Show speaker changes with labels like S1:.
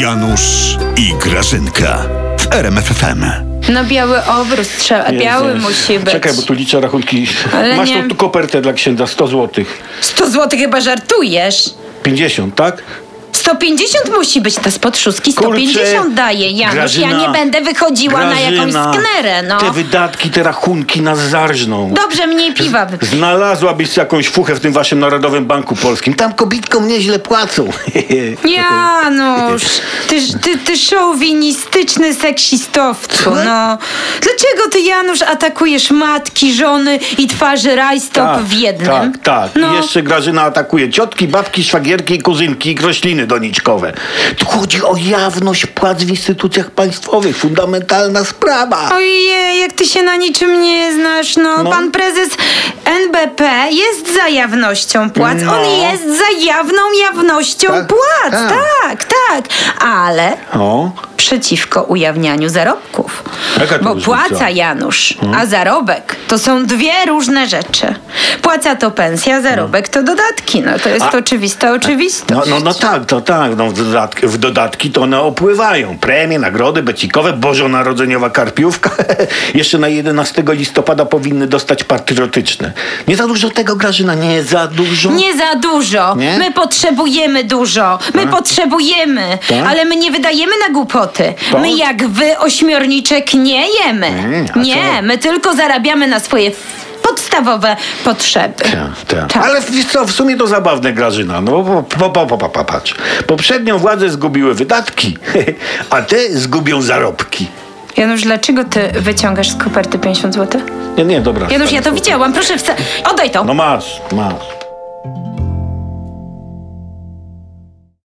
S1: Janusz i Grażynka w RMFFM.
S2: No biały obrus trzeba, biały
S3: Jezus.
S2: musi być.
S3: Czekaj, bo tu liczę rachunki.
S2: Ale
S3: Masz
S2: nie.
S3: tą tu kopertę dla księdza, 100 zł.
S2: 100 zł chyba żartujesz.
S3: 50, tak?
S2: 150 musi być, ta spod szóstki 150
S3: Kurczę,
S2: daje, Janusz. ja
S3: Grażyna,
S2: nie będę wychodziła na
S3: Grażyna,
S2: jakąś sknerę, no.
S3: Te wydatki, te rachunki nas zarżną.
S2: Dobrze, mniej piwa wypij.
S3: Znalazłabyś jakąś fuchę w tym waszym Narodowym Banku Polskim. Tam kobitkom nieźle płacą.
S2: Janusz, ty, ty, ty szowinistyczny seksistowcu, no. Dlaczego ty, Janusz, atakujesz matki, żony i twarzy rajstop w jednym?
S3: Tak, tak.
S2: No.
S3: I jeszcze Grażyna atakuje ciotki, babki, szwagierki i kuzynki i krośliny doniczkowe. Tu chodzi o jawność płac w instytucjach państwowych. Fundamentalna sprawa.
S2: Ojej, jak ty się na niczym nie znasz, no.
S3: No.
S2: Pan prezes NBP jest za jawnością płac.
S3: No.
S2: On jest za jawną jawnością
S3: Tak?
S2: płac.
S3: Tak.
S2: Tak, tak. Ale
S3: O,
S2: przeciwko ujawnianiu zarobków.
S3: Jaka to
S2: Bo
S3: różnica? Hmm?
S2: płaca, Janusz, a zarobek to są dwie różne rzeczy. Płaca to pensja, zarobek to dodatki. No to jest
S3: A-
S2: oczywista
S3: no,
S2: oczywistość.
S3: no, no tak, to tak. No, w, dodatki, w dodatki to one opływają. Premie, nagrody, becikowe, bożonarodzeniowa karpiówka. Jeszcze na 11 listopada powinny dostać patriotyczne. Nie za dużo tego, Grażyna, nie za dużo.
S2: Nie za dużo.
S3: Nie?
S2: My potrzebujemy dużo. My potrzebujemy.
S3: Tak?
S2: Ale my nie wydajemy na głupoty.
S3: Tak?
S2: My jak wy ośmiorniczek nie jemy.
S3: Mm, a
S2: nie,
S3: co?
S2: my tylko zarabiamy na swoje f- podstawowe potrzeby.
S3: Tak, tak.
S2: Tak.
S3: Ale wiesz co, w sumie to zabawne, Grażyna. No, bo- bo, bo, bo, bo, bo, patrz. Poprzednią władzę zgubiły wydatki, a te zgubią zarobki.
S2: Janusz, dlaczego ty wyciągasz z koperty 50 zł?
S3: Nie, nie, dobra.
S2: Janusz,
S3: stary,
S2: ja to
S3: spokój.
S2: widziałam. Proszę, wsta- oddaj to.
S3: No masz, masz.